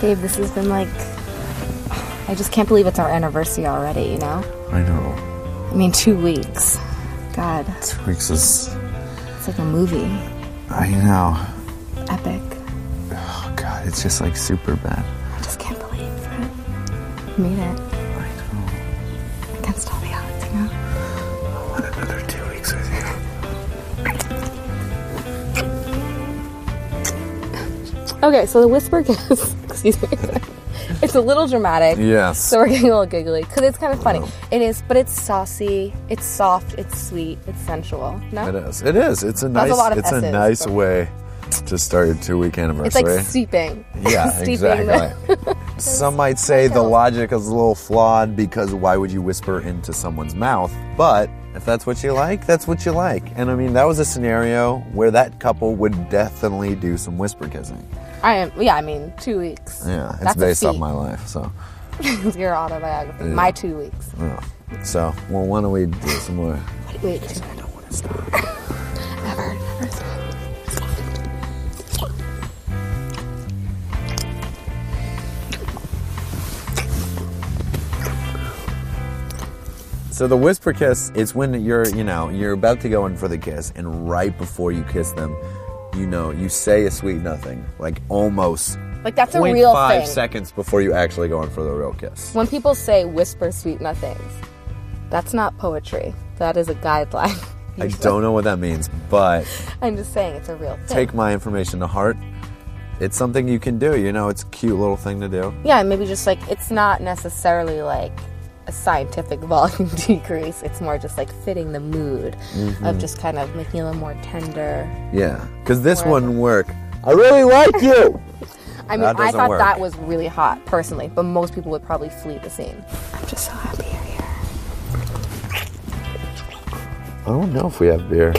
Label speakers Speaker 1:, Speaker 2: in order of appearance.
Speaker 1: Gabe, this has been like. I just can't believe it's our anniversary already, you know?
Speaker 2: I know.
Speaker 1: I mean, two weeks. God,
Speaker 2: Two weeks is.
Speaker 1: it's like a movie.
Speaker 2: I know.
Speaker 1: Epic.
Speaker 2: Oh, God, it's just like super bad.
Speaker 1: I just can't believe that. we Made it.
Speaker 2: I know.
Speaker 1: Against all the odds, you know?
Speaker 2: What another two weeks with you?
Speaker 1: Okay, so the whisper kiss. excuse me. It's a little dramatic.
Speaker 2: Yes.
Speaker 1: So we're getting a little giggly because it's kind of funny. It is, but it's saucy. It's soft. It's sweet. It's sensual.
Speaker 2: It
Speaker 1: No,
Speaker 2: is. It is. It's a nice.
Speaker 1: That's a lot of
Speaker 2: it's a
Speaker 1: S's,
Speaker 2: nice
Speaker 1: but-
Speaker 2: way to start your
Speaker 1: it's like
Speaker 2: two-week anniversary.
Speaker 1: steeping.
Speaker 2: yeah,
Speaker 1: steeping
Speaker 2: exactly. Some might say the logic is a little flawed because why would you whisper into someone's mouth? But if that's what you like, that's what you like. And I mean, that was a scenario where that couple would definitely do some whisper kissing.
Speaker 1: The, I am. Yeah, I mean, two weeks.
Speaker 2: Yeah, it's
Speaker 1: That's a
Speaker 2: based off
Speaker 1: feat.
Speaker 2: my life. So,
Speaker 1: Your autobiography. My two weeks.
Speaker 2: yeah. so well, why don't we do some more?
Speaker 1: Wait. I don't want to stop. Ever.
Speaker 2: So the whisper kiss is when you're, you know, you're about to go in for the kiss, and right before you kiss them, you know, you say a sweet nothing, like almost
Speaker 1: Like that's a
Speaker 2: 0.5
Speaker 1: real thing.
Speaker 2: seconds before you actually go in for the real kiss.
Speaker 1: When people say whisper sweet nothings, that's not poetry. That is a guideline.
Speaker 2: I don't know what that means, but
Speaker 1: I'm just saying it's a real thing.
Speaker 2: take my information to heart. It's something you can do, you know, it's a cute little thing to do.
Speaker 1: yeah, maybe just like it's not necessarily like a scientific volume decrease. It's more just like fitting the mood
Speaker 2: Mm-hmm.
Speaker 1: of just kind of making it a little more tender.
Speaker 2: Yeah, because this wouldn't work. I really like you!
Speaker 1: I mean,
Speaker 2: That
Speaker 1: I
Speaker 2: doesn't
Speaker 1: thought
Speaker 2: work.
Speaker 1: that was really hot personally, but most people would probably flee the scene. I'm just so happy you're here.
Speaker 2: I don't know if we have beer.